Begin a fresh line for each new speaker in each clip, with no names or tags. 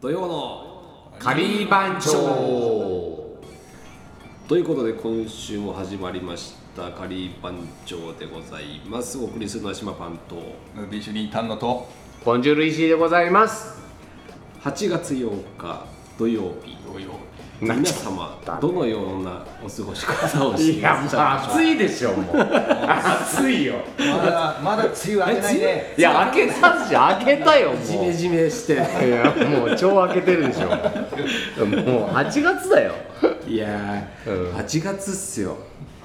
土曜の
仮番長
ということで今週も始まりましたカリー番長でございますお送りするのは島パンと
ムービー主任丹野と
ボンジュール石井でございます
8月8日土曜日
土曜
皆様どのようなお過ごし方をして
い
い
や
ます
もう
か
暑いでしょもう暑いよ
まだまだ梅雨明けないね
いや開けたし開けたよも
ジ
う
メ
い
ジメして
やもう超開けてるでしょもう8月だよ
いやー、
うん
8月っすよ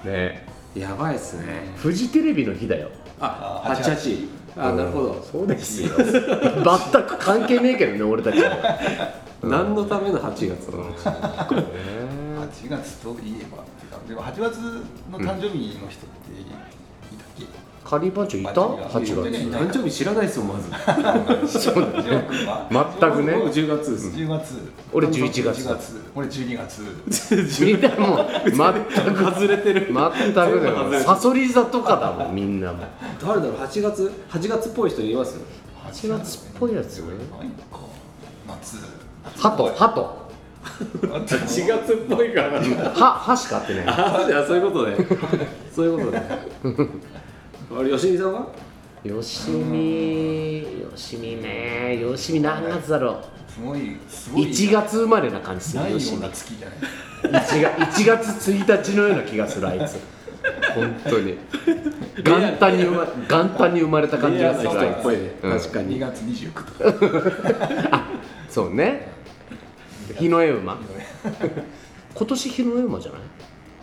ね
やばいっすね
フジテレビの日だよ
あ
あ
88あなるほど、
そうですよ全く関係ねえけどね俺たちは
何のための8月なの、
8月といえばっていうかでも8月の誕生日の人っていたっけ、
仮番長いた8
うん
誕生日知らないっすよまず
月そうだ
ジョー君は
全くね
僕10月です、
10月
俺11月だ
俺12月
みんなもう全く
外れてる
全くだよサソリ座とかだもんみんなも
誰だろう8月8月っぽい人います
8月っぽいやつよね
ないのか夏
ハトハト
8月っぽいから
歯歯しか合ってない
あじゃあそういうことねそういうことねあれ吉見さんは
よしみよしみねよしみ何月だろ
すごいす
う
ごい
1月生まれな感じす
な
る
い
よ
よ
し
う
み
な月じゃない
1, が1月1日のような気がするあいつ本当に元旦に生ま元旦に生まれた感じがする
レ
あ
アな人っぽい
い
ね
うん
確か
2
に
月29日
つそうね日の絵馬今年日の絵馬じゃない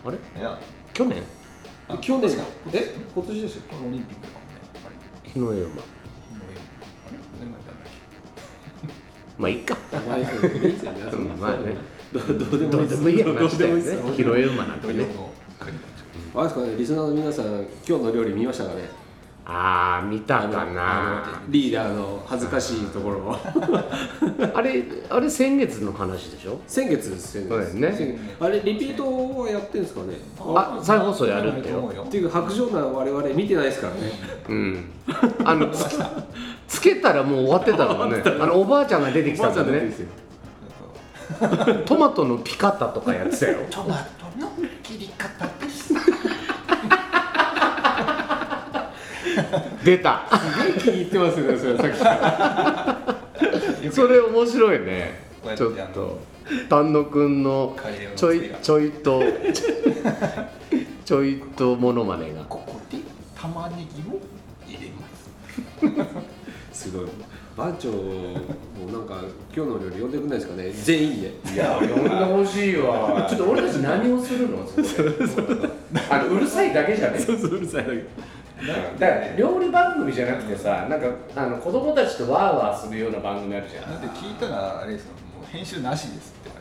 あれ
いや
去年
去年
確か
え今年でしょ
これオリンピックだもんねやっぱり
日の絵馬
あれ何がやった
ま
んだっけ
あいいか
まあいいですよねそんな
まあね
どどうで
ど
もいういで
ですもいい話だ
ど
よ
うでもいい
ね
っす
拾え馬なんて
土曜
ね
の国の
あれですかねリスナーの皆さん今日の料理見ましたかね
ああ見たか
あ
な
のリーダーの恥ずかしいところ を
あれあれ先月の話でしょ
先月ですよ
そうだよね
先月あれリピートはやってるんですかね
あ再放送やるって
と思
よ
うよ
っていうか白状な我々見てないですからね
うんあのつけつけたらもう終わってたもんねあのおばあちゃんが出てきたもんね
すよ
トマトのピカタとかやってたよ
トマトの切り方です。
出た
気に入ってますよねそれさっきから
それ面白いね
こうやっ
ち
て
ょっと丹野くんの
カレーの
ちょ
作り
い
が
ちょいとちょいとモノマネが
ここで玉ねぎを入れます。
すごい番長もなんか今日の料理呼んでくんないですかね全員で
いや、呼んでほしいわ。ちょっと俺たち何をするのそこで あのうるさいだけじゃねえ。
うるさいだけ
だから料理番組じゃなくてさ、なんかあの子供たちとワーワーするような番組あるじゃ
だ
ん。
って聞いたらあれですよ、もう編集なしですって。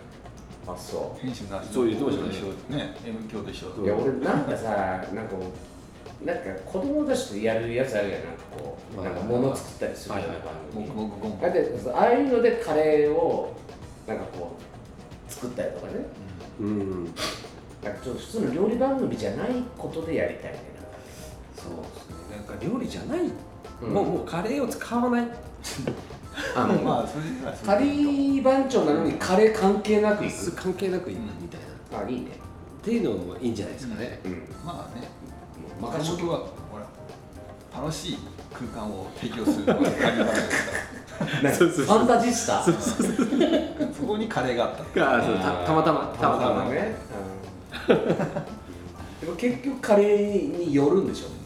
あ、そ
編集なし。
そう言ってましたね
ね。M 教でしょ。
う。いや、俺なんかさ、なんかこうなんか子供たちとやるやつあるやん、なんかこう、なんか物作ったりするような番組。
僕僕僕。
だってそうああいうのでカレーをなんかこう作ったりとかね、
うん
なんかちょっと普通の料理番組じゃないことでやりたいね。なんか
そうですねなんか料理じゃない、
うん
もうもうカレーを使わない
あの
まあそれではそれ
カリー番長なのにカレー関係なくいく
関係なくいい
うん
みたいな、っ
あいいね
ていうのもいいんじゃないですかね、
うん
まあね。
任しと
僕
く
はほら楽しい空間を提供するのがカリーバーです
何ファンタジスタ
から。そこにカレーがあった。
あーそうたたまたまたまた
たまた
ま
ま
ねうんでも結局カレーによるんでしょ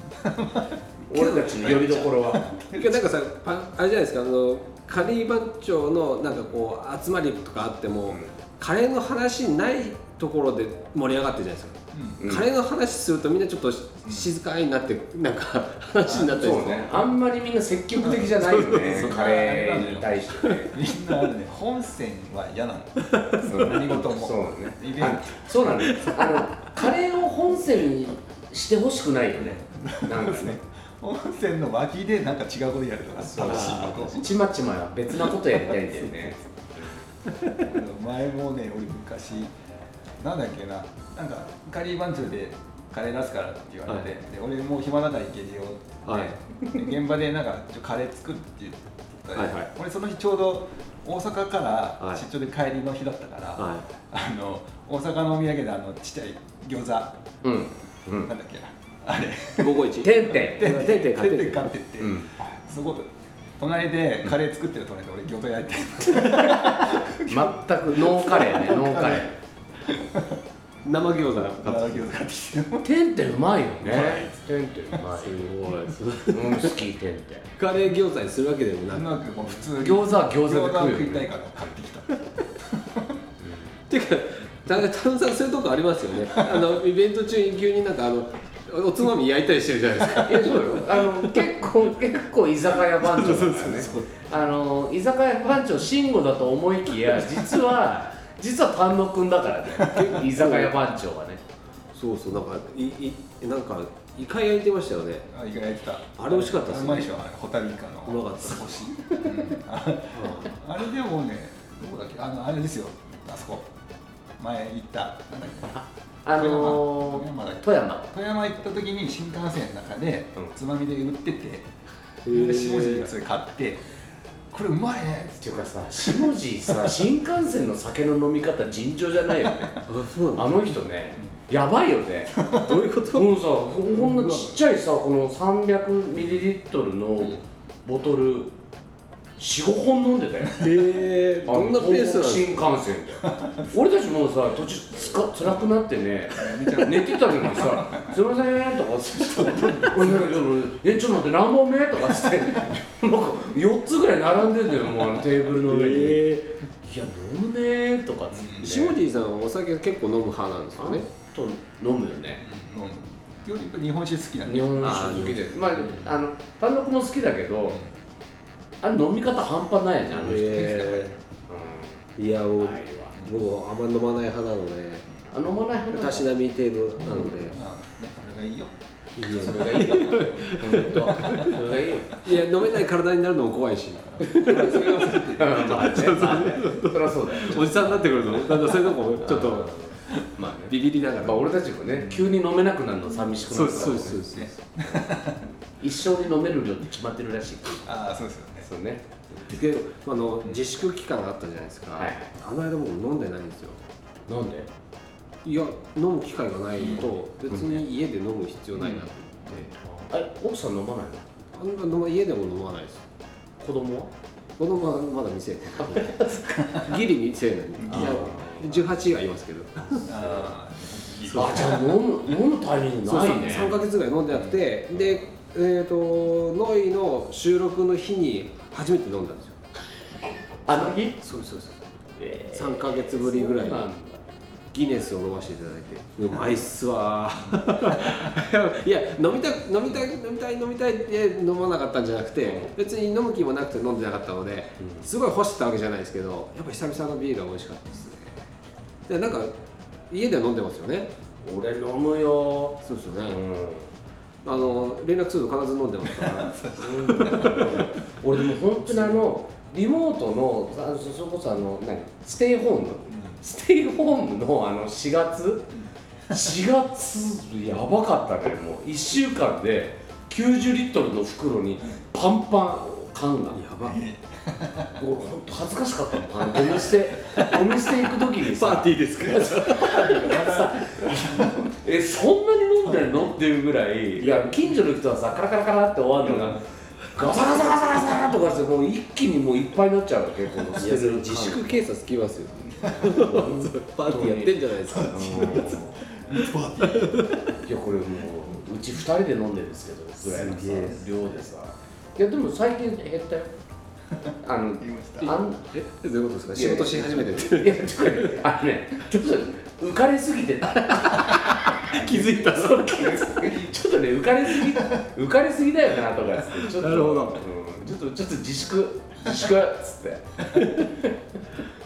俺たちのよりどころは
今日なんかさパあれじゃないですかあのカレー番長のなんかこう集まりとかあっても、カレーの話ないところで盛り上がってるじゃないですか
うん
うん
カレーの話するとみんなちょっとし静かになってなんか話になったりする
あんまりみんな積極的じゃないよねカレーに対してね
みんなあるね。本線は嫌なの。何事も。
そうね
イベント
あそうなんですあのカレーを本線にしてほしくないよねなんかね
温泉の脇でなんか違うことやるとか楽しいこと
ちまちまは別なことやりたいんだよね
あの前もね俺昔なんだっけななんかカリー番長でカレー出すからって言われて、
は
で俺もう暇だから行けるよって、
はい
で現場でなんかちょカレー作って言ったら、
はいはい
俺その日ちょうど大阪から出張で帰りの日だったから、
は
あの大阪のお土産であのちっちゃい餃子ない
うんうん
んだっけなあれ
午後一。
てんてんてんてん買っ
買ってて
ん
買ってって、
うん
そこ隣でカレー作ってる隣で俺餃子焼いて
全くノーカレーねノーカレー
生餃子
餃
買って
子買ってきてる
てんてんうまいよ
うまい
ねてんてんうまいすごいうん好きてんてん
カレー餃子にするわけでも
な
なく
んかもう普通に
餃子は餃子で
餃子を
食うよ
食いたい
ね
から買ってきた
ていうかただ田野さんそういうとこありますよねあのイベント中に急になんかあのおつまみ焼いたりしてるじゃないですか
いやそうよあの結構結構居酒屋番長だからねあの居酒屋番長慎吾だと思いきや実は実は丹野くんだからね居酒屋番長はね
そうそうなんかいいなんかイカ焼いてましたよね
あ意外焼いてた
あれ美味しかったっすね
うまいでしょあれホタルイカの
うまかった
少し、うんああれでもねどこだっけあのあれですよあそこ前行ったなんだっけ
あの
富山だっけ
富山
富山行った時に新幹線の中で
うん
つまみで売ってて、
へ
で
え
下地がそれ買ってこれうまいね
っていうかさ下地さ新幹線の酒の飲み方尋常じゃないよね
あそうな
あ
んだ
の人ねやばいよね
どういうこと
このさここんなちっちゃいさこの300ミリリットルのボトル45本飲んでたよ
へえどんなペースなんです
新幹線で俺たちもうさ途中つか辛くなってね寝てたのにさ「すいません」とかつって「俺なんかえちょっと待って何本目?」とかつってなんか4つぐらい並んでんだよもうあのテーブルの
か
上に「い
へ
や飲むね」とかつって、
え下地さんはお酒結構飲む派なんですよね
ちょっと飲むよね
より日本酒好きなんで
日本酒好きでまああの単独も好きだけどあれ飲み方半端ないよねあの人、
へえいや
う
も
ん
う
はいわ
僕あんま飲まない派なので
あ飲まない
たしなみ程度なので
あそれがいいよ
いやそれがいいよ本当それがいいよ
いや飲めない体になるのも怖いし
まあね、まあね、そりゃそうだよ。
おじさんになってくるとねだんだんそういうとこちょっと
まあね、
ビビりながら
まあ、俺たちもね、急に飲めなくなるの寂しくな
そう
るから、
そ
ね。
うそうそう
ね
一生に飲める量って決まってるらしい。
ああそうですよね
そうね。
であの自粛期間があったじゃないですか、
はい
あの間僕飲んでないんですよ
なんで。
いや飲む機会がないと別に家で飲む必要ないなと
あれ、奥さん飲まないの。
思って、あんま飲ま家でも飲まないです
子供は。
子供はまだ未成年ギリ未成年いや18はいますけど
あ
あ、じゃあ、飲む、飲むタイミングないね。
3か月ぐらい飲んでなくてでえー、とノイの収録の日に初めて飲んだんですよ
あの日。
そうそうそう
えー
3か月ぶりぐらい
そう
に
なんだ
ギネスを飲ませていただいてうまいっすわー いや飲みたく飲みたい飲みたい飲みたいって飲まなかったんじゃなくて別に飲む気もなくて飲んでなかったので
うん
すごい欲してたわけじゃないですけどやっぱ久々のビールが美味しかったですねでなんか家では飲んでますよね
俺飲むよ。
そうですよ
う
ね、
ん。
あの連絡すると必ず飲んでます から
俺でも本当にあのリモートのあのそそれこそあの何ステイホーム、ステイホームのあの4月4月やばかったねもう1週間で90リットルの袋にパンパン缶が
やば
俺本当恥ずかしかったもんあのゴミ捨てゴミ捨て行く時にさ
ィーですか
えそんなに飲んでんのっていうぐらいいや近所の人はさカラカラカラって終わるのが、ガサガサガサガサとかしてもう一気にもういっぱいになっちゃうわけこの
いやそれ自粛警察来 ますよパーティーやってんじゃないですか
いやこれもううち2人で飲んでるんですけどぐらいのさ
すげえ
量でさいやでも最近減ったよあ の
言いました
あん
えどういうことですか仕事し始めてて
いやちょっとあのねちょっと浮かれすぎてた
気づいた
そうちょっとね浮かれすぎ浮かれすぎだよなとかっつってちょっと
なるほど
うんちょっとちょっと自粛自粛っつって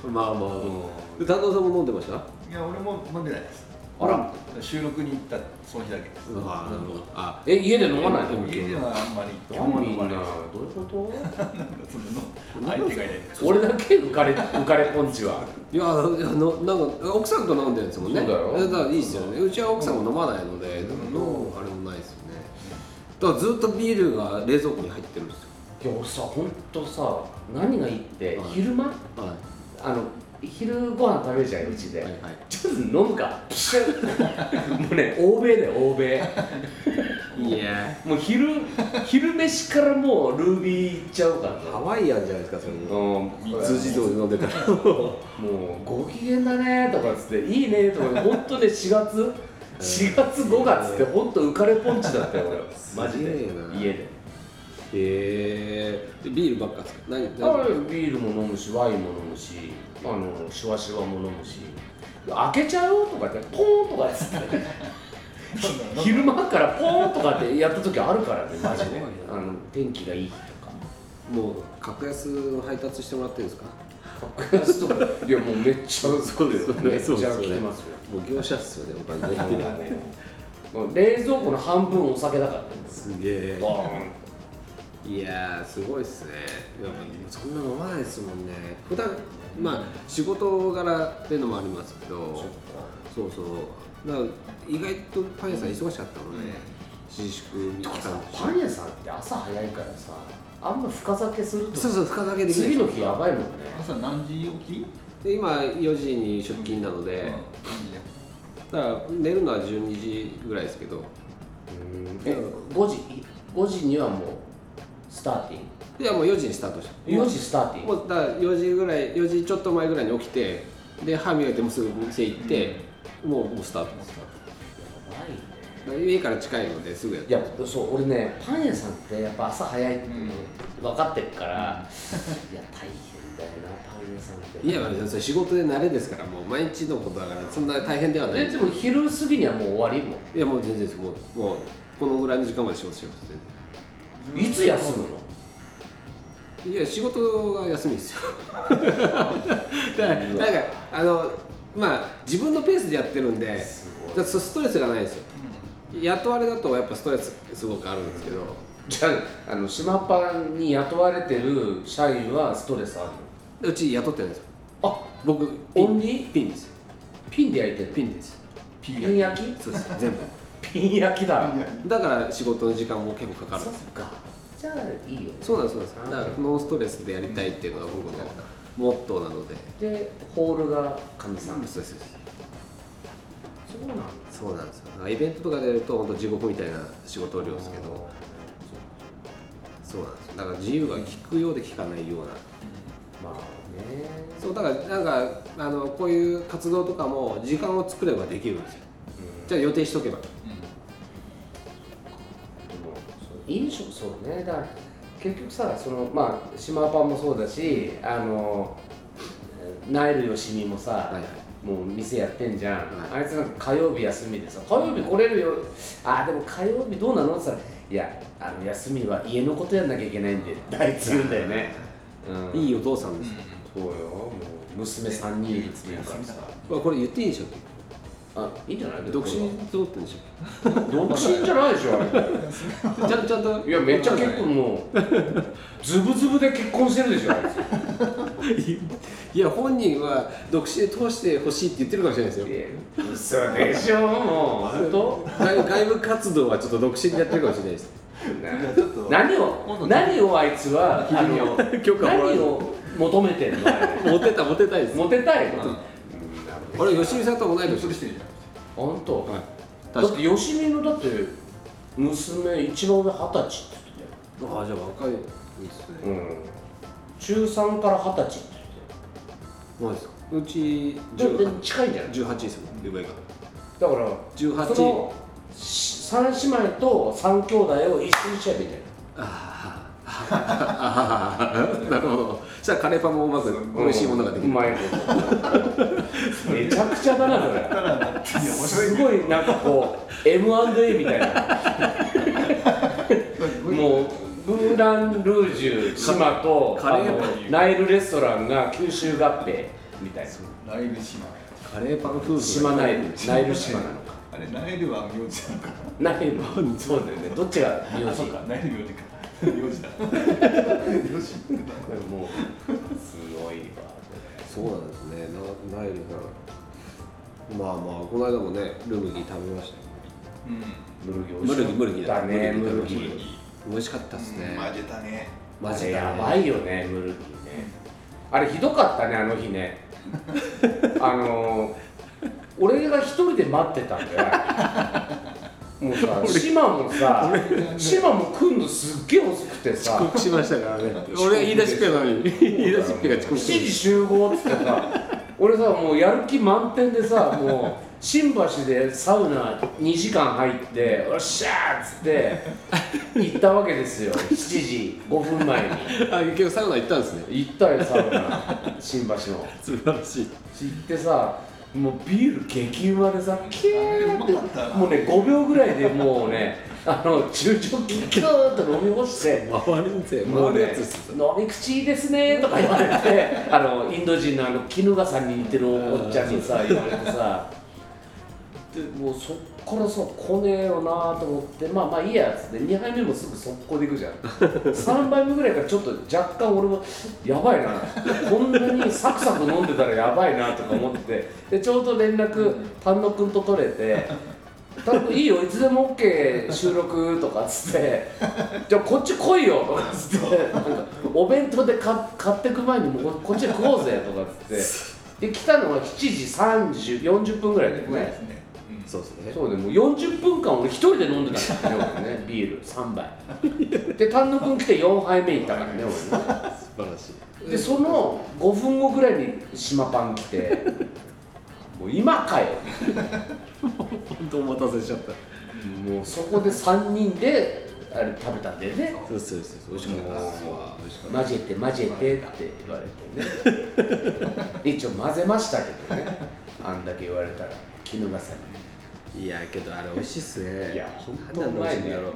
まあまあ、で 旦那さんも飲んでました
いや俺も飲んでないです
あら
収録に行ったその日だけです
ああなるほどあ
え家で飲まないの
家ではあんまり
どうみんなどういうこ
なんかその相手がいない
と俺だけ浮かれ浮かれポンチはい
やあのなんか奥さんと飲んでるんですもんね
そうだよ
だからいいですよねうちは奥さんも飲まないので、でも飲むあれもないですよねだからずっとビールが冷蔵庫に入ってるんですよ
えや俺さ本当さ何がいいって、
はい
昼間
は
あの昼ご飯食べるじゃんうちで、
いはいはい
ちょっと飲む かもうね欧米だよ欧米
いや
もう昼昼飯からもうルービーいっちゃうからね
ハワイアンじゃないですかそれも
うん
通じ通じ飲んでたら
もうご機嫌だねとかっつっていいねとか本当ね4月4月5月って本当浮かれポンチだったよ俺マジ
すげ
で
えな
家で
へえビールばっかですか何
ビ
何
ールも飲むしワインも飲むしあのシュワシュワも飲むし開けちゃうとかってポーンとかっつって昼間からポーンとかってやった時あるからねマジであの天気がいい日とか
もう格安の配達してもらってるんですか
格 安とかいやもうめっちゃそうです
ね
めっちゃ
そう
来
ですよね
てますよ
もう業者っすよねお金
だからねもう冷蔵庫の半分お酒だからね
すげえ
ボーン
いやーすごいっすねやっぱそんな飲まないですもんね普段まあ仕事柄っていうのもありますけどそうそうだから意外とパン屋さん忙しかったので、自粛期
とか
間
さパン屋さんって朝早いからさあんま深酒すると
そうそう深酒できない
次の日やばいもんね
朝何時起き
で今4時に出勤なので、
うん
だから寝るのは12時ぐらいですけど
え5時5時にはもうスターティン
いやもう4時にスタートした
グ4時スターティング
もうだから4時ぐらい4時ちょっと前ぐらいに起きてで歯磨いてもうすぐ店行って、もうもうスタートです
やばいね
だから家から近いのですぐやっ
いやそう俺ねパン屋さんってやっぱ朝早いって分かってる から、いや大変だよなパン屋さんって
いやまあそれ仕事で慣れですからもう毎日のことだからそんな大変ではない
えでも昼過ぎにはもう終わりも
いやもう全然ですもうもうこのぐらいの時間まで仕事します
ういつ休むの
全然いや仕事が休みです よだからなんかあのまあ自分のペースでやってるんでだからそストレスがないですよ雇われだとやっぱストレスすごくあるんですけど、
じゃああの島パンに雇われてる社員はストレスあるの
うち雇ってないんですよ
あ
僕
オンリー
ピンです
ピンで焼いてる
ピンです
ピ
ピン
ー
焼き
そうです全部
ピン焼きだ
だから仕事の時間も結構かかるん
そっ
です
かじゃあいいよ
そうなんですそうなんですだからノンストレスでやりたいっていうのが僕のモットーなので
でホールがかみさん、
そうですそうです
そうなんだ
そうなんですよだからイベントとかでやると本当地獄みたいな仕事量ですけどそうなんですよだから自由が利くようで利かないような
まあね
そうだからなんかあのこういう活動とかも時間を作ればできるんですよじゃあ予定しとけば
でもそう飲食そうねだから結局さそのまあ島パンもそうだしあのナイルよしみもさ、
はいはい
もう店やってんじゃん、
は
あいつなんか火曜日休みでさ火曜日来れるよあーでも火曜日どうなのって言ったらいやあの休みは家のことやんなきゃいけないんでってあいつ言うんだよね、うん、
い
い
いお父さんですよ、
そうよもう娘3人いるっつうからさ
まあこれ言っていいんでしょっ
あいいんじゃない
け独身ってってんでしょ
独身じゃないでしょあれ
ちゃんちゃんと
いやめっちゃ結婚もうズブズブで結婚してるでしょあいつ
いや本人は独身で通してほしいって言ってるかもしれないですよ
嘘でしょもう本当
外外部活動はちょっと独身でやってるかもしれないです
やちょっと
何を何をあいつはあの
許可もらえ
何を求めてんのあれ
モテたモテたいです
モテたいの、
うん
あれ吉見さんと同い年で
そ
す
れしてるじゃん
ほんと
はい
だ
確
っ
かに
てよしみのだって娘一番上二十歳って
ああじゃあ若いですね
言ってたよ、うん、中3から二十歳って
マジですかうち
言ってたよ
18
で近いんじゃない
18ですもん上が
だから
18
その三姉妹と三兄弟を一緒にしちゃえばいいんじゃない
ああなるほどそしたらカレーパンもうまく美味しいものができ
う
る
ま いことめちゃくちゃだなそれ
ただないや面白い
すごいなんかこう M&A みた いなもうブーランルージュ島と
カレー
あの
パ
ナイルレストランが九州合併みたいな
ライブ島
カレーパン夫婦
島ナイルナイル島なのか
あれナイルは名字なのか
ナイルそうだよねどっちが名
あ
字
そうかナイル名字か名字だ名字ってな
もうすごいわ
そうなんですねなナイルさんまあまあこの間もねルムギ食べましたよ
うん
ムルギ
ムルギムルギ
だねムル
ムル
ギ
ギ美味しかったですね、
うん、まあ出たね
マジだね
あれやばいよねムルギーねあれひどかったねあの日 ねあのー俺が一人で待ってたんだよもうさ島もさ島も来んのすっげえ遅くてさ
遅刻しましたから ね俺は言い出しっぺなのに言い出しっぺが遅刻
7時
して
集合っつってさ俺さもうやる気満点でさもう新橋でサウナ2時間入って「おっしゃー!」っつって行ったわけですよ7時5分前に
るあ結局サウナ行ったんですね
行ったよサウナ新橋の行
素晴らしい
ってさもうビール激うまでさキュー
あれうまかった
っ
な
てもうね5秒ぐらいでもうねあの中蒸気キューッと飲み干して
回るんぜ
も
回
う
る
ね
やつっす、
飲み口いいですねとか言われ てあのインド人のあの絹笠さんに似てるおっちゃんにさ言われてさでもうそっからさ来ねえよなと思ってまあまあいいやっつって2杯目もすぐ速攻でいくじゃん 3杯目ぐらいからちょっと若干俺もやばいなこんなにサクサク飲んでたらやばいなとか思ってでちょうど連絡丹野くんと取れて多分いいよいつでも OK 収録とかっつってじゃあこっち来いよとかっつってなんかお弁当でか買ってく前にもうここっちで食おうぜとかっつってで来たのは7時30 40分ぐらいだよ
うまいで
ね
すねうん
そうですね
そうねもう40分間俺一人で飲んでたんだよねビール3杯で丹野くん来て4杯目いったからね俺ね
素晴らしい
でその5分後ぐらいに島パン来てもう今かよ
本当お待たせしちゃった
もうそこで3人であれ食べたんだよね
そうそうそう美味しかったですわ美味しかった
混ぜて混ぜてって言われ てね一応混ぜましたけどねあんだけ言われたら絹笠に
いやけどあれ美味しいっすね
いやほんと
なんで美味しいんだろ
う
うん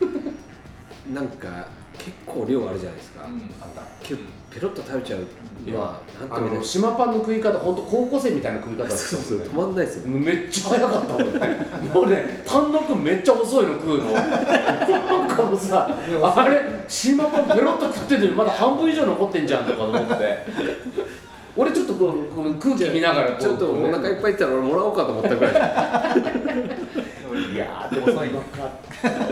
うなんか結構量あるじゃないですか、
うん
あった
けどペロッと食べちゃう
い
のは
や
なん
あ
かね
の島パンの食い方ほんと高校生みたいな食い方だった
そうそう
もんね
止まんないっすよ
めっちゃ早かったもん もうね単独めっちゃ遅いの食うのなんかもうさあれ島パンペロッと食っててまだ半分以上残ってんじゃんとか思って俺ちょっとこうこの空気見ながらこう
ちょっとお腹いっぱいいったら俺もらおうかと思ったぐらい
いやーでも
遅いね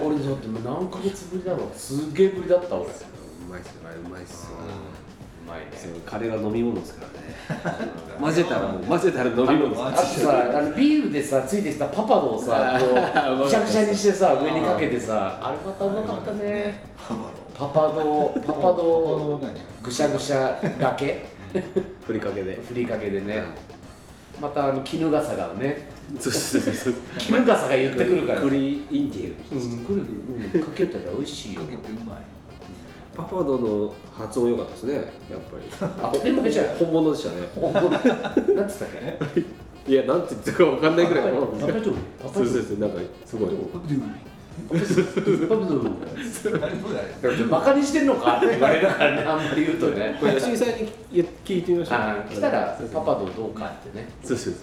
俺だって何ヶ月ぶりだろうすげえぶりだった俺う
うまいっすよあれうまいっすよ
まいね
そうカレーは飲み物ですからね混ぜたらもう混ぜたら飲み物です
あ
か
と
ら
さあのビールでさついてきたパパドをさこ
あー
うくしゃくしゃにしてさ上にかけてさあれまたうまかったね
ハマロ
パパドパパ
ど
ド
う何
ぐしゃぐしゃだけ
ふりかけで
ふりかけでねまたあの衣笠がね
そうそうそうそう
衣笠が言ってくるからうん
栗インディ
くるうんかけたら美味しいよ
かけてうまい
パパドの発音良かったですねやっぱ
当たり前
り
じゃん
本物でしたね
おなんつったっけ
いやなんて言ってるかわかんないぐらいの
パパドパパ
そうそう
ド
そうなんかすごい
パパド
あれどうだあれ
バカにしてんのかって言われるからね、あんまり言うとね。
これ吉井さんに聞いてみましょう
あー来たら
そうそ
パ
う
パどうどうかってね。
そうそう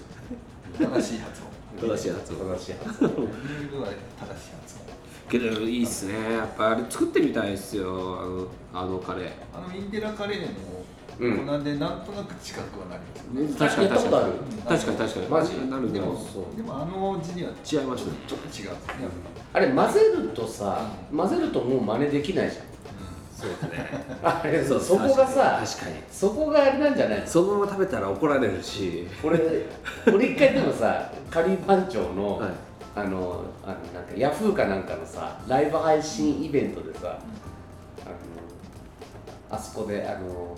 そう
正しい発音
正しい発音
正しい発音
ルールは正しい発音
けどいいっすねやっぱあれ作ってみたいっすよあのあのカレー
あのインデラカレーも、
うん
こん、でなんとなく近くはなりますよね
確かに
やった
確
ことあ
か
る
に確かに確かに
マジ
なるでも
そう
でもあの字には
違いましたね
ちょっと違うんですね、
あれ混ぜるとさ、混ぜるともう真似できないじ
そうですね
ゃん。あれそそこがさ、
確かに
そこがあれなんじゃない
そのまま食べたら怒られるし
俺、俺一回でもさ、カリー番長の、
はい
あの、あのなんかヤフーかなんかのさ、ライブ配信イベントでさ、あのあそこで、あの、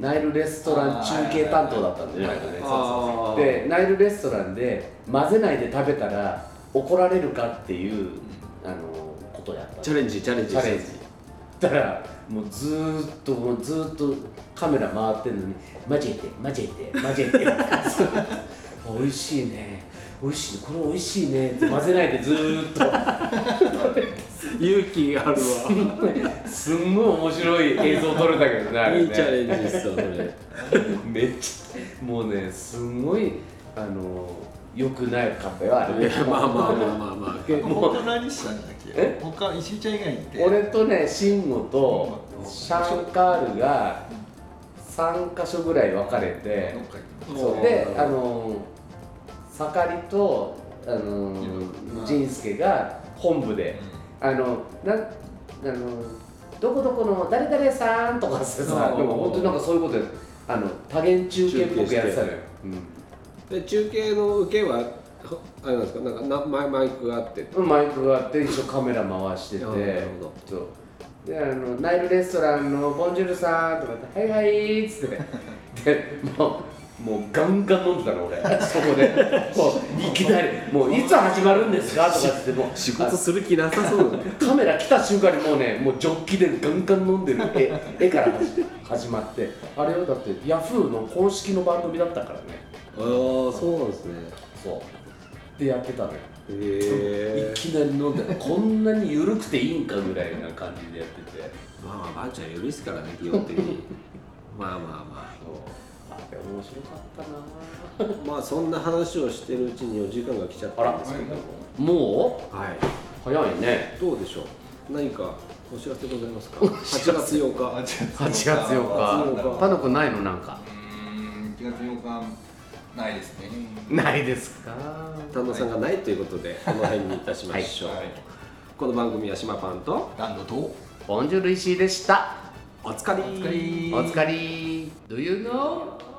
ナイルレストラン中継担当だったんだよね、前がね
あー
でナイルレストランで混ぜないで食べたら怒られるかっていう、あのことをやった
チャレンジチャレンジ
チャレンジだからもうずーっともうずーっとカメラ回ってるのに「マジェてマジェてマジェて」 美味しいね美味しいねこれ美味しいね」って混ぜないでずーっと
勇気あるわ
すんごい面白い映像撮れたけどねあれね
いいチャレンジっすよそれ
めっちゃもうねすんごいあの良くないかったよあれ
いや まあまあまあまあまあけ
うん、他何したんだっけ
え
他石井ちゃん以外にって
俺とね慎吾とシャンカールが3箇所ぐらい分かれて
どっか行ってま
そうであの盛りとあの
うん
仁助が本部であのなんあのどこどこの誰々さんとかってさなんか本当になんかそういうことであの多元中継っぽくやってたのよ、
で中継の受けはほあれなんですかなんかなマイマイクがあって
うん、マイクがあって一応カメラ回してて
あなるほど
そうであのナイルレストランの「ボンジュールさん」とか言って「はいはい」っつって でもうもうガンガン飲んでたの俺そこでこういきなり「もういつ始まるんですか?」とかっつってもう
仕事する気なさそうだね
カメラ来た瞬間にもうねもうジョッキでガンガン飲んでる絵絵から始始まってあれよだってヤフーの公式の番組だったからね
ああそうなんですね
そうでやってたのよ
へ
い
え
きなり飲んでこんなに緩くていいんかぐらいな感じでやってて
まあばあちゃん許すからね基本的にまあまあまあ
そうあれ面白かったな
まあそんな話をしてるうちにお時間が来ちゃったんですけど
も
はいう
早いね
どうでしょう何かお知らせございますか8月8日
8月
8月8日
パ
パノコないのなんか
うん1月8日ないですね
ないですか
旦那さんがないということでこの辺にいたしましょう、
はい
この番組は島パンと
ランドと
ボンジュール石井でした
おつかり
おつかり
お疲れ Do you know?